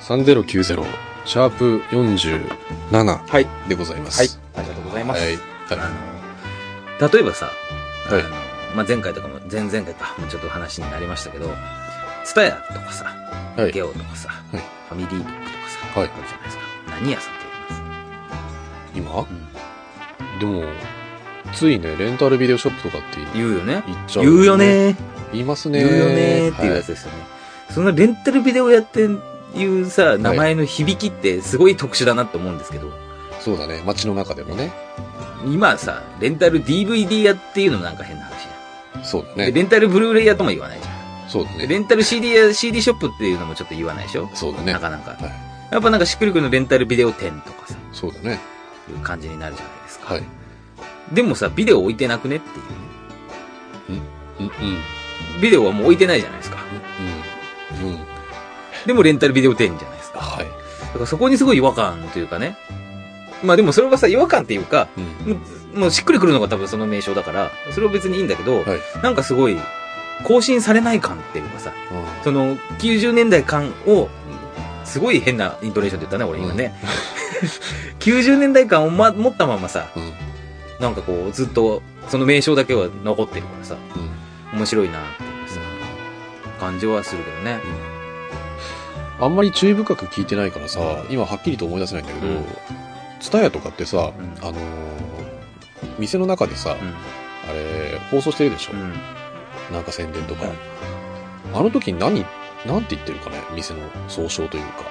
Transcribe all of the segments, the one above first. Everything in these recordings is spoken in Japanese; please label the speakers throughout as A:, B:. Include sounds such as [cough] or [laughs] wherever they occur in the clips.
A: 3090シャープ47
B: はい。
A: でございます。
B: はい。ありがとうございます。
A: はい。
C: あ
A: は
C: の例えばさ、
A: い。はい
C: あのまあ、前回とかも前々回かもうちょっと話になりましたけどツタヤとかさ、
A: はい
C: ゲオとかさ、
A: い
C: ファミリービッグとかさ、
A: はい
C: あるじゃないですか何屋さんって言いま
A: 今
C: す、
A: でも、ついね、レンタルビデオショップとかって
C: 言うよね
A: 言っちゃう、
C: 言うよ。ね
A: 言いますね。
C: 言うよねっていうやつですよね、そんなレンタルビデオやっていうさ名前の響きってすごい特殊だなって思うんですけど、
A: はいそうだね。街の中でもね。
C: 今さレンタル DVD 屋っていうのもなんか変な話じ
A: そうだ
C: ゃん、で
A: ね。
C: レンタルブルーレイ屋とも言わないじゃ
A: そうだ
C: んレ
A: ね。
C: ンタル CD や CD ショップっていうのもちょっと言わないでしょ
A: そうだね。
C: な
A: は
C: かなか
A: い。
C: やっぱなんかしっくりくんのレンタルビデオ店とかさ、
A: そうだね。
C: いう感じになるじゃないですか。
A: はい。
C: でもさ、ビデオ置いてなくねっていう。
A: うん、うん。
C: ビデオはもう置いてないじゃないですか。
A: うん。うん。
C: でもレンタルビデオ店じゃないですか。
A: はい。
C: だからそこにすごい違和感というかね。まあでもそれはさ、違和感っていうか、
A: うん。
C: もうもうしっくりくるのが多分その名称だから、それは別にいいんだけど、
A: はい。
C: なんかすごい、更新されない感っていうかさ、
A: う
C: その90年代感を、すごい変なイントネーションで言ったね、俺今ね。90年代感を、ま、持ったままさ、
A: ん。うん。
C: なんかこう、ずっと、その名称だけは残ってるからさ、
A: うん。
C: 面白いなっていうさ、感じはするけどね。
A: あんまり注意深く聞いてないからさ、今はっきりと思い出せないんだけど
C: うん、
A: ツタヤとかってさ、
C: うん
A: あのー店の中でさ、
C: う
A: あれ、放送してるでしょ、
C: ん。うん。
A: なんか宣伝とか。
C: うん
A: あの時何、なんて言ってるかね店の総称というか、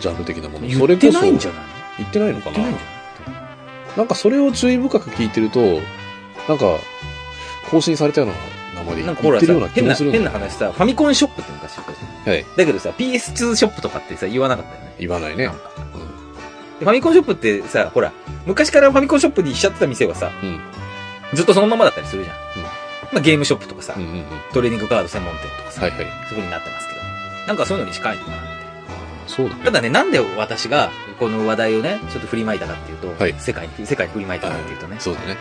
A: ジャンル的なもの。そ
C: 言
A: れ
C: って
A: こそ、
C: ないんじ
A: 言
C: ゃない
A: ってないのか
C: 言って
A: な
C: ないんじゃない
A: なんかそれを注意深く聞いてると、なんか、更新されたような名前で
C: なんかほ
A: 言っ
C: ら
A: て
C: さ
A: るような気
C: 変
A: も
C: な、
A: するんだ
C: 変
A: よ
C: な話さ、ファミコンショップって昔言ったじゃん。
A: はい。
C: だけどさ、PS2 ショップとかってさ、言わなかったよね。
A: 言わないね
C: なん。かでファミコンショップってさ、ほら、昔からファミコンショップにしちゃってた店はさ、
A: うん。
C: ずっとそのままだったりするじゃん。
A: うん
C: まあゲームショップとかさ、
A: うんうんうん。
C: トレーニングカード専門店とかさ、
A: はいはい。
C: そういう風になってますけど。なんかそういうのに近いのかなって。
A: そうだね。
C: ただね、なんで私がこの話題をね、ちょっと振りまいたかっていうと、
A: はい
C: 世界に、世界に振りまいたかっていうとね、
A: そうだね。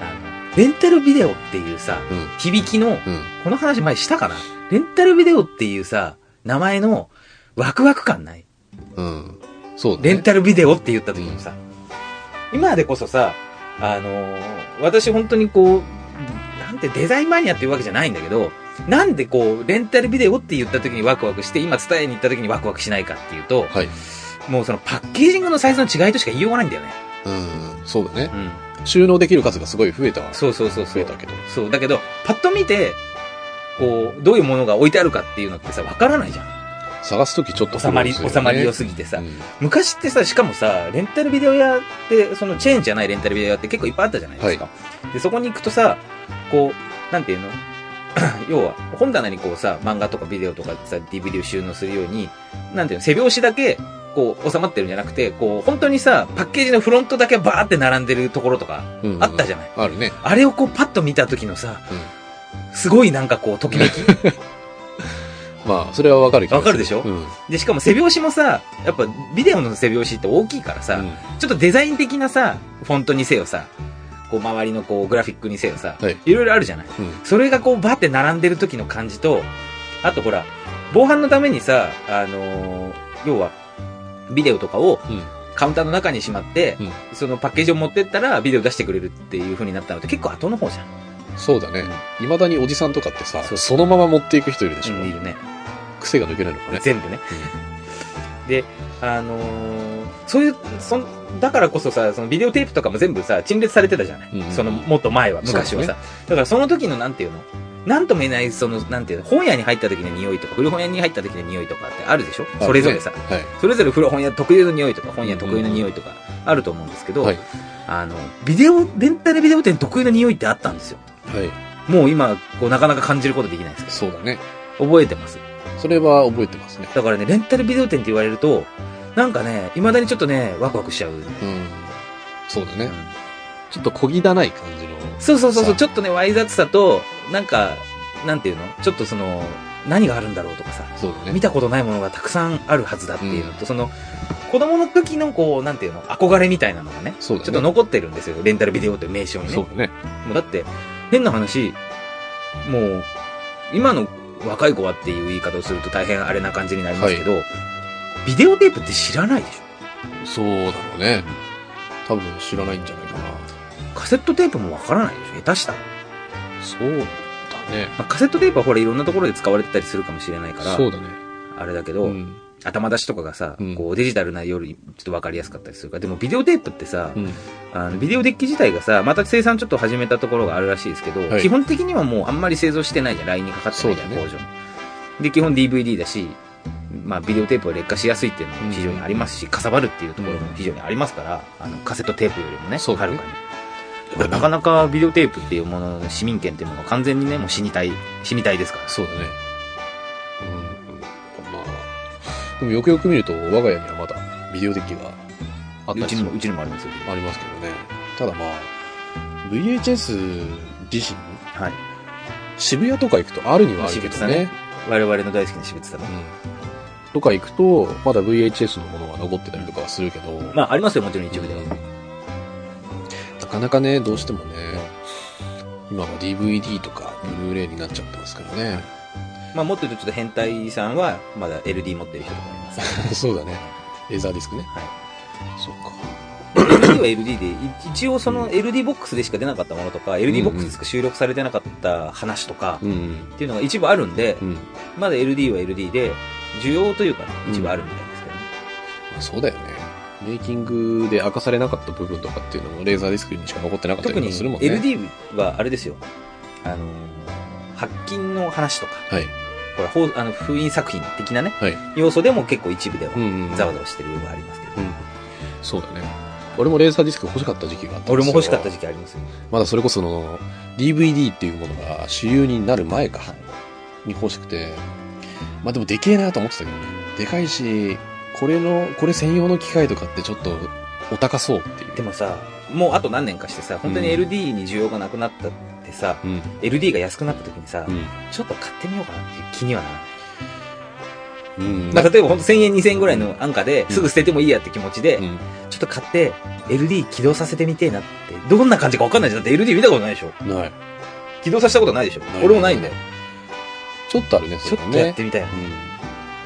C: あの、レンタルビデオっていうさ、
A: うん。
C: 響き
A: う
C: の、
A: ん。
C: この話前したかなレンタルビデオっていうさ、名前のワクワク感ない
A: うん。そうだね。
C: レンタルビデオって言った時にさ、今でこそさ、あのー私本当にこう、なんてデザインマニアっていうわけじゃないんだけど、なんでこう、レンタルビデオって言った時にワクワクして、今伝えに行った時にワクワクしないかっていうと、
A: はい。
C: もうそのパッケージングのサイズの違いとしか言いようがないんだよね。
A: うん。そうだね。
C: うん。
A: 収納できる数がすごい増えたわ。
C: そうそうそうそ
A: 増え
C: う。
A: たけど。
C: そう。だけど、パッと見て、こう、どういうものが置いてあるかっていうのってさ、わからないじゃん。
A: 探すときちょっと
C: 収まり、収まり良
A: す
C: すぎてさ
A: よ。ね
C: 昔ってさ、しかもさ、レンタルビデオ屋って、そのチェーンじゃないレンタルビデオ屋って結構いっぱいあったじゃないですか。で、そこに行くとさ、こう、なんていうの [coughs] 要は、本棚にこうさ、漫画とかビデオとかさ、DVD を収納するように、なんていうの、背拍子だけ、こう、収まってるんじゃなくて、こう、本当にさ、パッケージのフロントだけバーって並んでるところとか、
A: うん。うん
C: あったじゃない。
A: あるね。
C: あれをこう、パッと見た時のさ、すごいなんかこう、ときめき。
A: まあ、それはわかる気がす
C: わかるでしょ
A: うん。うん
C: で、しかも背拍子もさ、やっぱ、ビデオの背拍子って大きいからさ、ちょっとデザイン的なさ、フォントにせよさ、こう周りのこうグラフィックにせよさ、
A: はい
C: い、ろいろあるじゃない。
A: うん
C: それがこうバーって並んでる時の感じと、あとほら、防犯のためにさ、あのー要は、ビデオとかを
A: うん。
C: カウンターの中にしまって、
A: うん
C: そのパッケージを持ってったらビデオ出してくれるっていう風になったのって結構後の方じゃん。
A: そうだね。未だにおじさんとかってさ、
C: そう
A: そのまま持っていく人いるでしょ
C: う。んいるね。
A: 癖が抜けないのかね。
C: 全部ね。で、あのーそういう、そん、だからこそさ、そのビデオテープとかも全部さ、陳列されてたじゃない、
A: うんうん
C: その、もっと前は、昔は
A: そう
C: さ。だからその時の、なんていうのなんとも言えない、その、なんていうの本屋に入った時の匂いとか、古本屋に入った時の匂いとかってあるでしょ、
A: あ
C: それぞれさ。
A: はい。
C: それぞれ古本屋特有の匂いとか、本屋特有の匂いとか、あると思うんですけど、
A: はい。
C: あの、ビデオ、レンタルビデオ店特有の匂いってあったんですよ。
A: はい。
C: もう今、こう、なかなか感じることできないですけ
A: そうだね。
C: ど、覚えてます。
A: それは覚えてますね。
C: だからね、レンタルビデオ店って言われると、なんかね、未だにちょっとね、ワクワクしちゃう、ね。
A: うん。そうだ
C: う
A: ね
C: ん。
A: ちょっと小汚い感じの。
C: そうそうそうそ
A: さあ
C: う、ちょっとね、わい雑さと、なんか、なんていうのちょっとその、何があるんだろうとかさ、
A: そうだ
C: 見
A: ね。
C: たことないものがたくさんあるはずだっていうのと、その、子供の時のこう、なんていうの憧れみたいなのがね、
A: そうだね。
C: ちょっと残ってるんですよ、レンタルビデオという名称にね。
A: そうだね。
C: もうだって、変な話、もう、今の若い子はっていう言い方をすると大変あれな感じになりますけど、ビデオテープって知らないでし
A: そうだろうね。多分知らないんじゃないかな。
C: ょカセットテープもわからないでしょ下手したら、
A: そうだね。
C: まあ、カセットテープはほらいろんなところで使われてたりするかもしれないから
A: そうだね。
C: あれだけど、
A: うん。
C: 頭出しとかがさ、
A: うん
C: こうデジタルなよりちょっとわかりやすかったりするからでもビデオテープってさ、
A: うん。
C: あのビデオデッキ自体がさまた生産ちょっと始めたところがあるらしいですけど、
A: はい
C: 基本的にはもうあんまり製造してないじゃん LINE にかかってないじゃん、
A: そうだね
C: 工場で基本 DVD だしまあ、ビデオテープは劣化しやすいっていうのも非常にありますし、かさばるっていうところも非常にありますから、あのカセットテープよりもね、
A: そう
C: は
A: だ
C: る
A: ね
C: かに。だからなかなかビデオテープっていうものの市民権っていうものは完全にね、もう死にたい、死にたいですから。
A: そうだね。うん。まあ、でもよくよく見ると、我が家にはまだビデオデッキがあった
C: う
A: り
C: ち
A: す
C: に
A: る
C: も、うちにもありますよ。
A: ありますけどね。ただまあ、VHS 自身、
C: はい。
A: 渋谷とか行くとあるにはあるけ
C: 私
A: ど
C: 物だね
A: ね。
C: 我々の大好きな私物だね。
A: うん。とか行くと、まだ VHS のものが残ってたりとかはするけど、
C: まあ、ありますよ、もちろん一部では。
A: なかなかね、どうしてもね、今は DVD とかブルーレイになっちゃってますから
C: [laughs]
A: ね。
C: まあ、もっと言うとちょっと変態さんは、まだ LD 持ってる人とかいます。
A: そうだね。レーザーディスクね。
C: はい
A: そうか。
C: LD は LD で、い一応その LD ボックスでしか出なかったものとか、LD ボックスしか収録されてなかった話とか、
A: うん。
C: っていうのが一部あるんで、
A: うん。ま
C: まだ LD は LD で、需要というかね、
A: うん
C: 一部あるみたいですけど
A: あそ
C: ね。
A: うだよね。メイキングで明かされなかった部分とかっていうのもレーザーディスクにしか残ってなかった
C: 特
A: り
C: に
A: もするもんね。
C: LD はあれですよ、あのー、発禁の話とか、
A: はい。
C: ほら、ほうあの封印作品的なね、
A: はい
C: 要素でも結構一部では
A: う、ん、うん。
C: ざわざわしてる部分はありますけど、
A: うん。そうだね。俺もレーザーディスク欲しかった時期があったんですよ
C: 俺も欲しかった時期ありますよ。
A: まだそれこその DVD っていうものが主流になる前か、に欲しくて、まあでもでけえなと思ってたけどね。でかいし、これの、これ専用の機械とかってちょっとお高そうっていう。
C: でもさ、もうあと何年かしてさ、本当に
A: うん
C: LD に需要がなくなったってさ、
A: うん。
C: LD が安くなった時にさ、
A: うん。
C: ちょっと買ってみようかなっていう気にはならない。
A: うん。
C: なんか例えば本当1000円2000円ぐらいの安価で、すぐ捨ててもいいやって気持ちで、
A: うん。
C: ちょっと買って、LD 起動させてみてえなって、どんな感じかわかんないじゃん。だって LD 見たことないでしょ
A: ない。
C: 起動させたことないでしょ
A: ない
C: 俺もないんだよ。
A: ちょっとあるね、そ
C: ちょ
A: れ
C: っ
A: は
C: とやっ
A: ね。
C: てみたいな。
A: うん。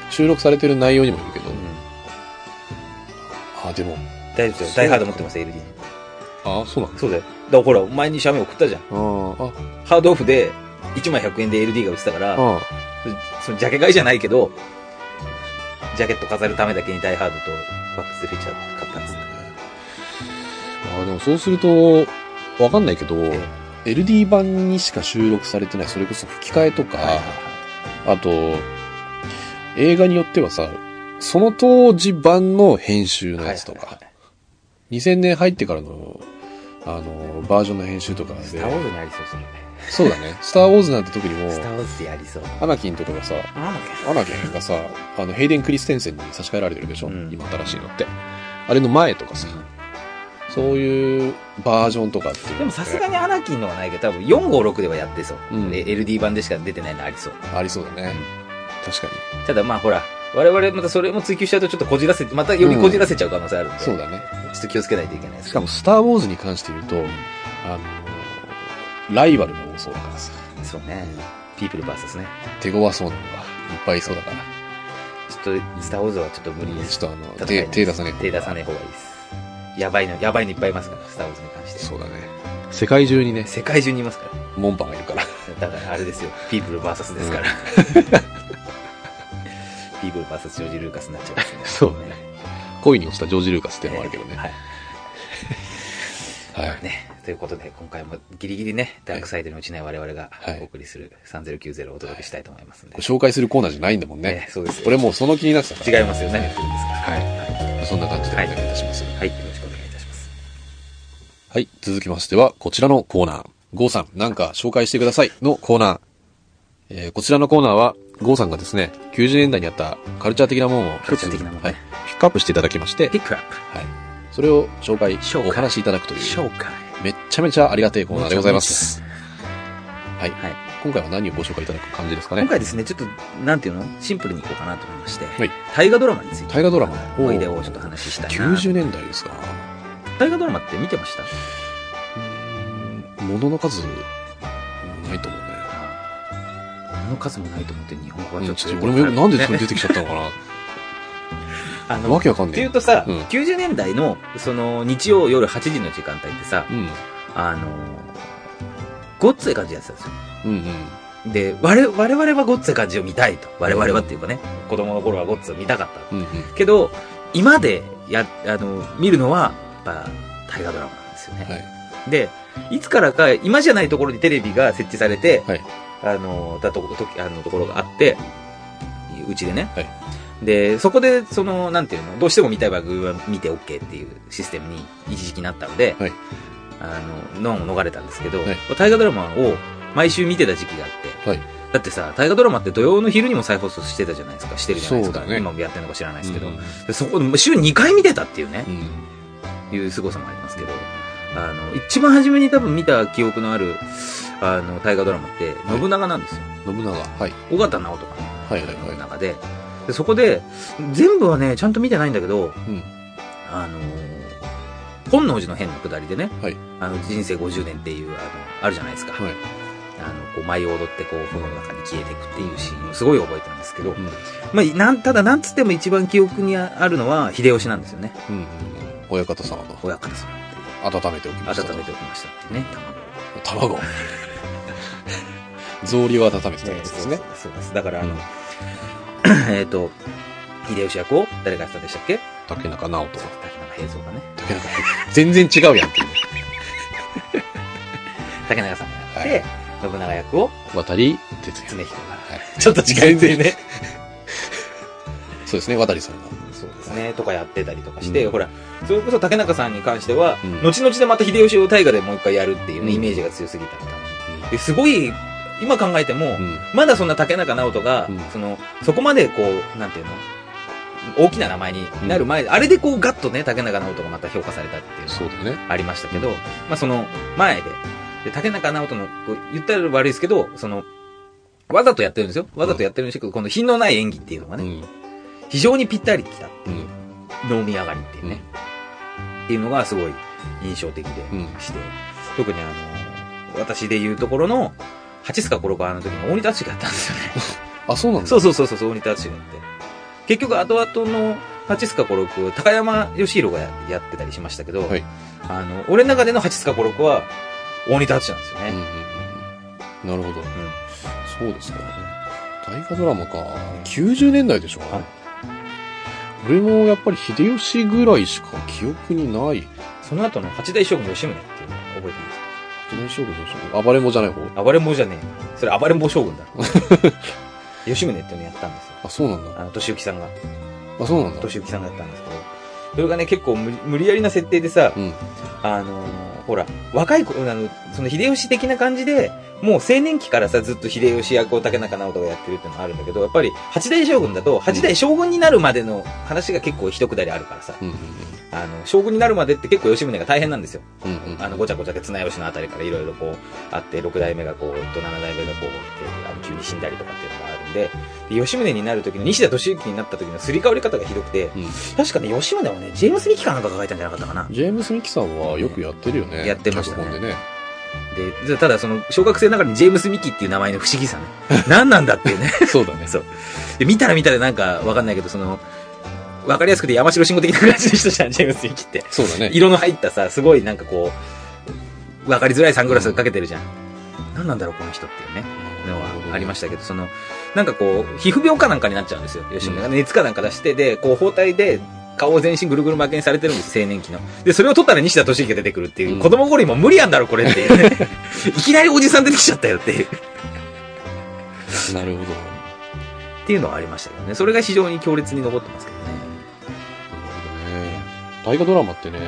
A: 収録されてる内容にもよるけど
C: う。ん
A: あ、でも。
C: 大丈夫だ
A: そ
C: よ。
A: う
C: ダイハード持ってます、LD。
A: あ、そうなんだ。
C: そうだよ。だからほら、前に写メ送ったじゃん。
A: あー
C: ハードオフで、1枚100円で LD が売ってたから、
A: あ、あ
C: そのジャケ買いじゃないけど、ジャケット飾るためだけにダイハードとバックスでフィーチャー買ったんです
A: あー。でもそうすると、わかんないけど、LD 版にしか収録されてない、それこそ吹き替えとか、あと、映画によってはさ、その当時版の編集のやつとか、2000年入ってからの、あの、バージョンの編集とか
C: ス
A: で
C: ター・ウ、ォーズにありそうするね。
A: そうだね。スターウォーズなんて特にも
C: スター・
A: う、
C: ウォーズでやりそう。
A: アナキンとかがさ、アナキンがさ、あの、ヘイデン・クリステンセンに差し替えられてるでしょ、
C: うん
A: 今新しいのって。あれの前とかさ、そういうバージョンとかっていうのって
C: でもさすがにアナキンのはないけど、多分456ではやってそう。
A: うん
C: で LD 版でしか出てないのありそう。
A: ありそうだね。確かに。
C: ただまあほら、我々またそれも追求しちゃうとちょっとこじらせて、またよりこじらせちゃう可能性あるんで、
A: そうだね。
C: ちょっと気をつけないといけないで
A: し
C: すけ
A: か
C: ど。
A: も、スター・ウォーズに関して言うと、あの、ライバルが多そうだからさ、
C: そうね。ピープルバーサスね。
A: 手強そうなのがいっぱいいそうだから、
C: ちょっと、スター・ウォーズはちょっと無理です。
A: ちょっとあの、
C: 戦えな
A: 手、
C: い
A: 手出さねえ
C: 手出さない方がいいです。やばいの、やばいのいっぱいいますから、スター・ウォーズに関して。
A: そうだね。世界中にね、
C: 世界中にいますから。
A: モンパンがいるから。
C: だからあれですよ、ピープル VS ですから。 [laughs] ピープル VS ジョージ・ルーカスになっちゃいますね。
A: そうね恋に落ちたジョージ・ルーカスっていうのもあるけどね。
C: はい。
A: はい。
C: ね。ということで、今回もギリギリね、ダークサイドに落ちない我々が
A: はい
C: お送りする3090をお届けしたいと思いますんで。
A: ご紹介するコーナーじゃないんだもん
C: ね
A: ね。
C: そうですよ。
A: 俺もうその気になってたから。
C: 違いますよね。は
A: はい。そんな感じでお願いいたします。
C: い。はい。よろしくお願いいたします。
A: はい。続きましては、こちらのコーナー。ゴーさん、なんか紹介してくださいのコーナー。えーこちらのコーナーは、ゴーさんがですね、90年代にあったカルチャー的なものを
C: カルチャー的なものね
A: はい、ピックアップしていただきまして、
C: ピックアップ。
A: はい。それを紹介、
C: 紹介
A: お話しいただくという、
C: 紹介。
A: めっちゃめちゃありがたいコーナーでございます。はい。
C: はい。
A: 今回は何をご紹介いただく感じですか
C: 今
A: ね。
C: 回ですね、ちょっと、なんていうのシンプルにいこうかなと思いまして。
A: はい
C: 大河ドラマについて。
A: 大河ドラマ
C: 思い出をちょっと話したいな。
A: 90年代ですか。
C: 大河ドラマって見てました
A: うーん、ものの数、ないと思うね。
C: あの数もないと思って日本語は
A: う
C: ちょ
A: ん
C: っ
A: ち
C: と
A: ょっと俺もなんでそれ
C: ね
A: 出てきちゃったのかな。
C: [laughs] あの
A: わけわかん
C: ってい
A: ね
C: うとさ、
A: うん
C: 90年代の、その、日曜夜8時の時間帯ってさ
A: え。、うん。
C: あの、ごっつい感じやってたんですよ。
A: うん
C: で、我々我々はごっつい感じを見たいと。我々はっていうかね、子供の頃はごっついを見たかった。
A: うん。うんうん。
C: けど、今でや、あの、見るのは、やっぱ、大河ドラマなんですよね。
A: はい。
C: で、いつからか、今じゃないところにテレビが設置されて、
A: はい
C: あの、だと、とあのところがあって、うちでね。
A: は
C: で、そこで、その、なんていうの、どうしても見たい番組は見て OK っていうシステムに一時期なったので、
A: はい
C: あの、ノンを逃れたんですけど、
A: はい
C: 大河ドラマを毎週見てた時期があって、
A: はい
C: だってさ、大河ドラマって土曜の昼にも再放送してたじゃないですか、してるじゃないですか。
A: そうだね
C: 今もやってるのか知らないですけど、
A: うん
C: でそこで週2回見てたっていうね。
A: うん。
C: いう凄さもありますけど、あの、一番初めに多分見た記憶のある、あの、大河ドラマって、
A: い
C: 信長なんですよ。
A: 信長。はい。
C: 尾形直人かな、
A: はいはい
C: の
A: は
C: 中でで。そこで、全部はね、ちゃんと見てないんだけど、
A: い。うん。
C: あの、本能寺の変の下りでね、
A: はい
C: あの、人生50年っていう、あの、あるじゃないですか。
A: はい。
C: あの、こう、舞を踊って、こう、炎の中に消えていくっていうシーンをすごい覚えてるんですけど
A: う、ん。
C: まあ、なん、ただ、なんつっても一番記憶にあるのは、秀吉なんですよね。
A: うんうん。親方様と
C: 親方様っていう。
A: 温めておきました。
C: 温めておきましたっていうね、卵。
A: 卵。 [laughs] 草履を温めてたやつですね。
C: そうです。だから、あ
A: う
C: の
A: ん、
C: [laughs] えっと、秀吉役を誰がやってたんでしたっけ
A: 竹中直人。
C: 竹中平蔵がね。
A: 竹中全然違うやんっていうね。
C: 竹中さんがやって、信長役を
A: 渡り哲
C: 常
A: 也。
C: 彦が。
A: はい。
C: ちょっと違う
A: 全然
C: ね。
A: そうですね、渡りさんが。
C: そうですね。とかやってたりとかして、
A: うん
C: ほら、それこそ竹中さんに関しては、
A: うん
C: 後々でまた秀吉を大河でもう一回やるっていうね、
A: うん
C: イメージが強すぎたみたいな。ですごい、今考えても、
A: うん。
C: まだそんな竹中直人が、
A: うん
C: その、そこまでこう、なんていうの大きな名前になる前、あれでこうガッとね、竹中直人がまた評価されたっていうの
A: そうだね。
C: がありましたけど、まあその前で、で竹中直人の、こう言ったら悪いですけど、その、わざとやってるんですよ。わざとやってるんですけど、この品のない演技っていうのが
A: う
C: ね、
A: ん。
C: 非常にぴったりきた。
A: うん。
C: 脳み上がりっていうね、っていうのがすごい印象的で
A: うん
C: して、特にあの、私で言うところの、八塚コロコアの時に大仁田敦がやったんですよね。
A: あ、そうなんだ。
C: そうそうそうそうそう、鬼田敦がって。結局、後々の八塚五六、高山義弘がややってたりしましたけど、
A: はい
C: あの、俺の中での八塚五六は、鬼田敦なんですよ
A: う
C: ね。
A: んうんうん。なるほど。
C: うん
A: そうですか。大河ドラマか。90年代でしょ、
C: はい
A: 俺もやっぱり秀吉ぐらいしか記憶にない。
C: その後の八代将軍吉宗っていうのを覚えて
A: 八
C: ま
A: 代将軍どうしよう暴れん坊じゃない方。
C: す。暴れん坊じゃねえ。それ暴れん坊将軍だ。吉宗っていうのやったんですよ。
A: あ、そうなんだ。
C: あの、俊之さんが。
A: あ、そうなんだ。
C: 俊之さんがやったんですけど。それがね、結構無無理やりな設定でさ、
A: うん。
C: あのーほら、若い子、あの、その秀吉的な感じで、もう青年期からさ、ずっと秀吉役を竹中直人がやってるっていうのがあるんだけど、やっぱり八代将軍だと、八代将軍になるまでの話が結構一くだりあるからさ、
A: うん。
C: あの、将軍になるまでって結構吉宗が大変なんですよ。
A: うん。うんうん。
C: あの、ごちゃごちゃで綱吉のあたりからいろいろこう、あって、六代目がこう、と七代目がこう、ってあの急に死んだりとかっていうのがあるんで、で吉宗になる時の西田敏行になった時のすり替わり方がひどくて、
A: うん
C: 確かね、吉宗はね、ジェームス・ミキかなんかが書いたんじゃなかったかな。
A: ジェームス・ミキさんはよくやってるよね。
C: やってましたね
A: 脚本でね。
C: で、でただその、小学生ながらにジェームス・ミキっていう名前の不思議
A: [laughs]
C: さね。何なんだっていうね。
A: そうだね。
C: [laughs] そう。で、見たら見たらなんかわかんないけど、その、わかりやすくて山城慎吾的な感じの人じゃん、ジェームス・ミキって。
A: そうだね。
C: 色の入ったさ、すごいなんかこう、わかりづらいサングラスかけてるじゃん。何なんだろう、この人っていうね。のはありま
A: し
C: したけど、その、なんかこう、皮膚病かなんかになっちゃうんですよ。吉宗が熱かなんか出して、で、こう、包帯で、顔を全身ぐるぐる巻きにされてるんです、青年期の。で、それを取ったら西田敏行が出てくるっていう、
A: うん
C: 子供頃にも無理やんだろ、これっていうね。いきなりおじさん出てきちゃったよっていう、
A: た。なるほど。
C: っていうのはありましたけどね。それが非常に強烈に残ってますけどね。
A: ね大河ドラマってね、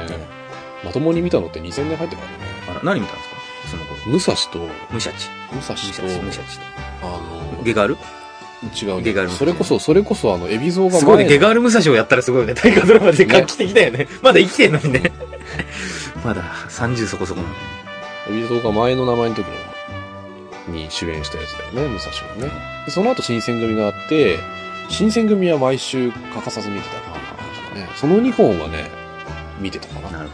A: まともに見たのって2000年入ってからだね。
C: あら、何見たんですかその頃。
A: 武蔵と、武
C: 武者地。
A: 蔵
C: 武者地、武
A: と、
C: 者地
A: あ
C: と。
A: の、
C: ゲガール
A: 違う
C: ゲガ
A: ね。
C: ルの
A: それこそ、それこそあの、海老蔵が前
C: すごいね。ゲガール武蔵をやったらすごいよね。大河ドラマで画期的だよね。まだ生きてんのにね。 [laughs] まだ30そこそこなの
A: 海
C: に。
A: 老蔵が前の名前の時の、に主演したやつだよね、武蔵のね。でその後新選組があって、新選組は毎週欠かさず見てたかな。ね、その2本はね、見てたかな。
C: なる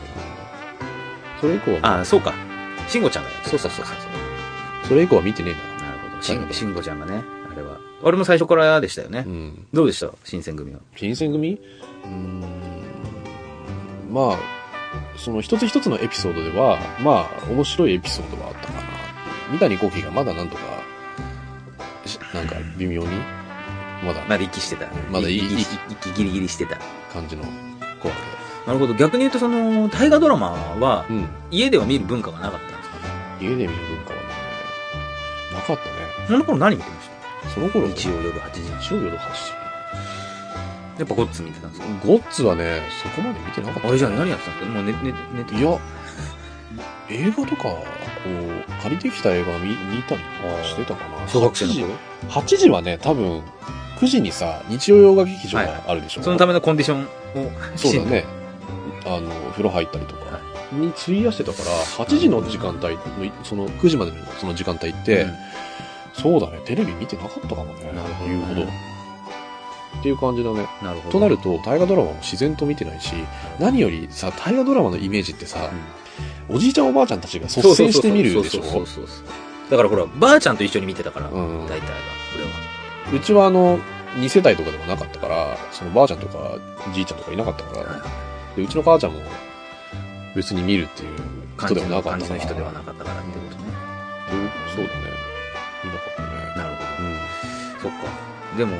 A: そ
C: ほど。
A: れ以降は、
C: あ、そうか。慎吾ちゃんがやって
A: そうそうそうそう。それ以降は見てねえんだ
C: なるほど。慎慎吾ちゃんがね、あれは。あれも最初からでしたよね。
A: うん。
C: どうでした新選組は。
A: 新選組うーんまあ、その一つ一つのエピソードでは、まあ、面白いエピソードはあったかな。三谷幸喜がまだなんとか、しなんか微妙に、まだ
C: まだ息してた。
A: まだ息
C: 息息息ギリギリしてた。
A: 感じの子なん
C: なるほど。逆に言うと、その、大河ドラマは、
A: で。うん。
C: 家では見る文化がなかったんですか
A: 家で見る文化はね、なかったね。
C: その頃何見てまし
A: その頃
C: た日曜夜8時。
A: 日曜夜8時。
C: やっぱゴッツ見てたんですか
A: ゴッツはね、そこまで見てなかった。
C: あれじゃあ何やってたんですかもう寝、寝、寝て
A: いや、映画とか、こう、借りてきた映画見見たりしてたかな。
C: 小学生の頃
A: 8時 ?8 時はね、多分、9時にさ、日曜洋画劇場
C: はい
A: があるでしょ。
C: そのためのコンディションを、
A: そうだ
C: きちん
A: ね。あの、風呂入ったりとか
C: は
A: に費やしてたから、8時の時間帯の、その9時までのその時間帯っ
C: と。
A: て、そうだね、テレビ見てなかったかもね。
C: なるほど
A: 言うほど。っていう感じだね。
C: うんなるほ
A: と
C: ど。
A: なると、大河ドラマも自然と見てないし、何よりさ、大河ドラマのイメージってさ、おじいちゃんおばあちゃんたちが率先して見るでしょ
C: そうそうそうそうだからほら、ばあちゃんと一緒に見てたか
A: う
C: ら、
A: ん
C: 大体が、俺は。
A: うちはあの、2世代とかでもなかったから、そのばあちゃんとかじいちゃんとかいなかったから、でうちの母ちゃんも別に見るっていう人
C: 感
A: で
C: じ
A: も
C: の
A: なかっ
C: 感
A: た
C: じ
A: か
C: の
A: ら。
C: 人ではなかったからってことね。
A: うんそうだね。いなかったね。
C: なるほ
A: うん。
C: ど。そっか。でも、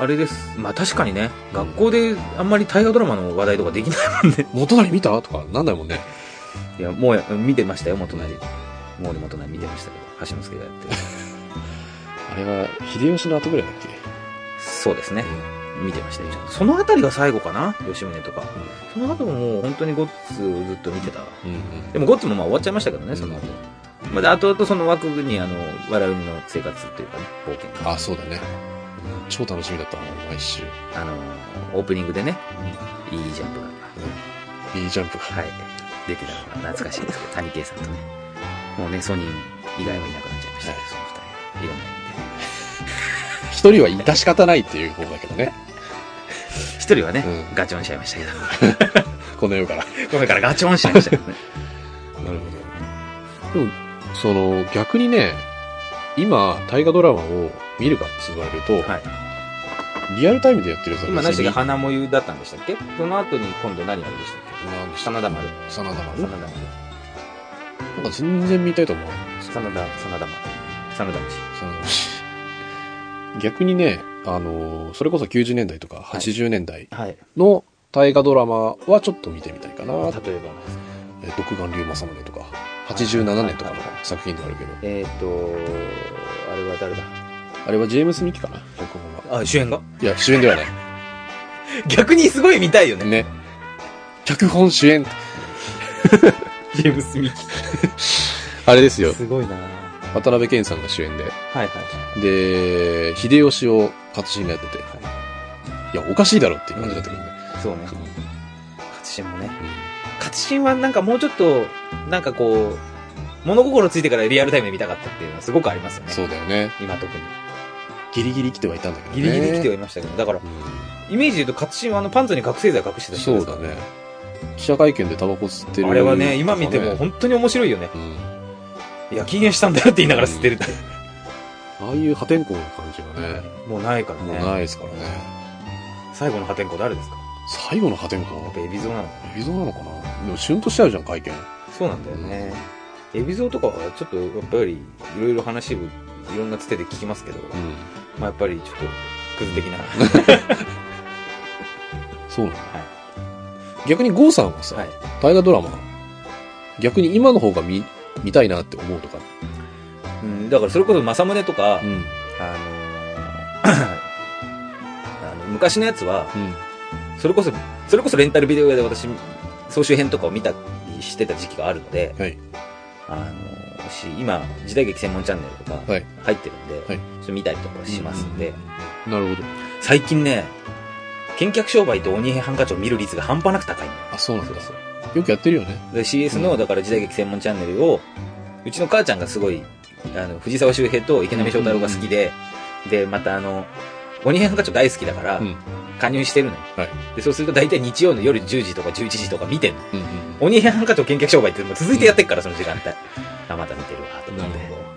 C: あれです。まあ確かにね、学校であんまり大河ドラマの話題とかできない。 [laughs]
A: 元成見たとかなんないもんね。
C: いや、もうや見てましたよ、元成。もう元成見てましたけど、橋之助がやってる。
A: [laughs] あれは、秀吉の後ぐらいだっけ
C: そうですね。見てましたよ、ちゃんと。そのあたりが最後かな、吉宗とか。その後ももう本当にゴッツをずっと見てた。
A: うん。うん
C: でもゴッツもまあ終わっちゃいましたけどね、その後。まあ、で後々その枠に、あの、笑うの生活というかね、冒険
A: うん。
C: が。
A: あ、そうだね。超楽しみだった、毎週。
C: あの、オープニングでね、いいジャンプが、
A: いいジャンプが。
C: はい、出てたのが懐かしいんですけ
A: [laughs]
C: ど、谷圭さんとね。もうね、ソニー以外はいなくなっちゃいましたけど、その二人。いろんな意
A: 一人は致し方ないっていう方だけどね。
C: 味で。一人はね、
A: うん
C: ガチョンしちゃいましたけど。
A: この世から。
C: ごめんからガチョンしちゃいましたけどね。
A: [laughs] なるほど。でも、その、逆にね、今、大河ドラマを見るかって言われると、
C: はい
A: リアルタイムでやってるやつは
C: 今何でしたっ
A: 別
C: け
A: に
C: 花もゆだったんでしたっけその後に今度何やるんでしたっ
A: なんで
C: け
A: したっ
C: 真田丸。
A: け真田丸
C: 真田
A: な
C: 丸。
A: んか全然見たいと思う。
C: 真田、真田丸。真田氏。
A: その逆にね、あのーそれこそ90年代とか
C: い
A: 80年代
C: はい。
A: の大河ドラマはちょっと見てみたいかな。
C: 例えば、
A: えー独眼竜政宗とか、87年とかの作品ではあるけど、
C: えっ、ー、と、あれは誰だ
A: あれはジェームス・ミキかな、脚本は。
C: あ、主演が
A: いや、主演ではない。
C: 逆にすごい見たいよね。
A: ね。脚本主演。
C: ジェームス・ミキ。
A: あれですよ。
C: すごいなは
A: 渡辺謙さんが主演で。
C: いはい。
A: で、秀吉を勝がやってて。いや、おかしいだろっていう感じだったけどね。
C: そうね。勝新もね。勝新はなんかもうちょっと、なんかこう、物心ついてからリアルタイムで見たかったっていうのはすごくありますよ
A: う
C: ね。
A: んそうだよね。
C: 今特に。
A: ギリギリ来てはいたんだけどね。
C: ギリギリ来て
A: は
C: はいましたけど、だから、イメージで言うと勝新はあのパンツに覚醒剤隠してたじゃない
A: そ
C: で
A: うだ
C: すか
A: ね。記者会見でタバコ吸ってる。
C: あれはね、今見ても本当に面白いよね。
A: うん。
C: いや、禁煙したんだよって言いながら吸ってるって。
A: ああいう破天荒な感じがね、
C: もうないから
A: もう
C: ね。
A: ないですからね。
C: 最後の破天荒誰ですか
A: 最後の破天荒
C: やっぱエビゾなのか
A: 映像なのかなでも、シュンとしちゃうじゃん、会見。
C: なそうなんだよね。エビゾとかはちょっとやっぱりいろいろ話をいろんなつてで聞きますけど、
A: うん。
C: まあやっぱりちょっとクズ的な。
A: そうなの、逆に郷さんはさ、
C: はい
A: 大河ドラマ、逆に今の方が見、見たいなって思うとか。
C: うん、だからそれこそ正宗とか、
A: ん。
C: あのーあの昔のやつは、
A: うん。
C: それこそ、それこそレンタルビデオ屋で私、総集編とかを見たりしてた時期があるので、
A: はい
C: あの、し、今、時代劇専門チャンネルとか
A: はい
C: 入ってるんで、
A: はい
C: ちょっと見たりとかしますんで、
A: なるほど。
C: 最近ね、見客商売と鬼平ハンカチを見る率が半端なく高いんだよ。
A: あ、そうなんだ。
C: そう
A: よくやってるよね。
C: で CS の、だから時代劇専門チャンネルを、うちの母ちゃんがすごい、あの、藤沢周平と池波正太郎が好きで、で、またあの、鬼平ハンカチョ大好きだから、
A: うん
C: 加入してるのよ、
A: はい
C: で、そうすると大体日曜の夜10時とか11時とか見てんの。
A: うんうん。
C: 鬼平ハンカチョ見客商売ってもう続いてやってっから、その時間帯。あ、また見てるわ、と思って
A: なるほ。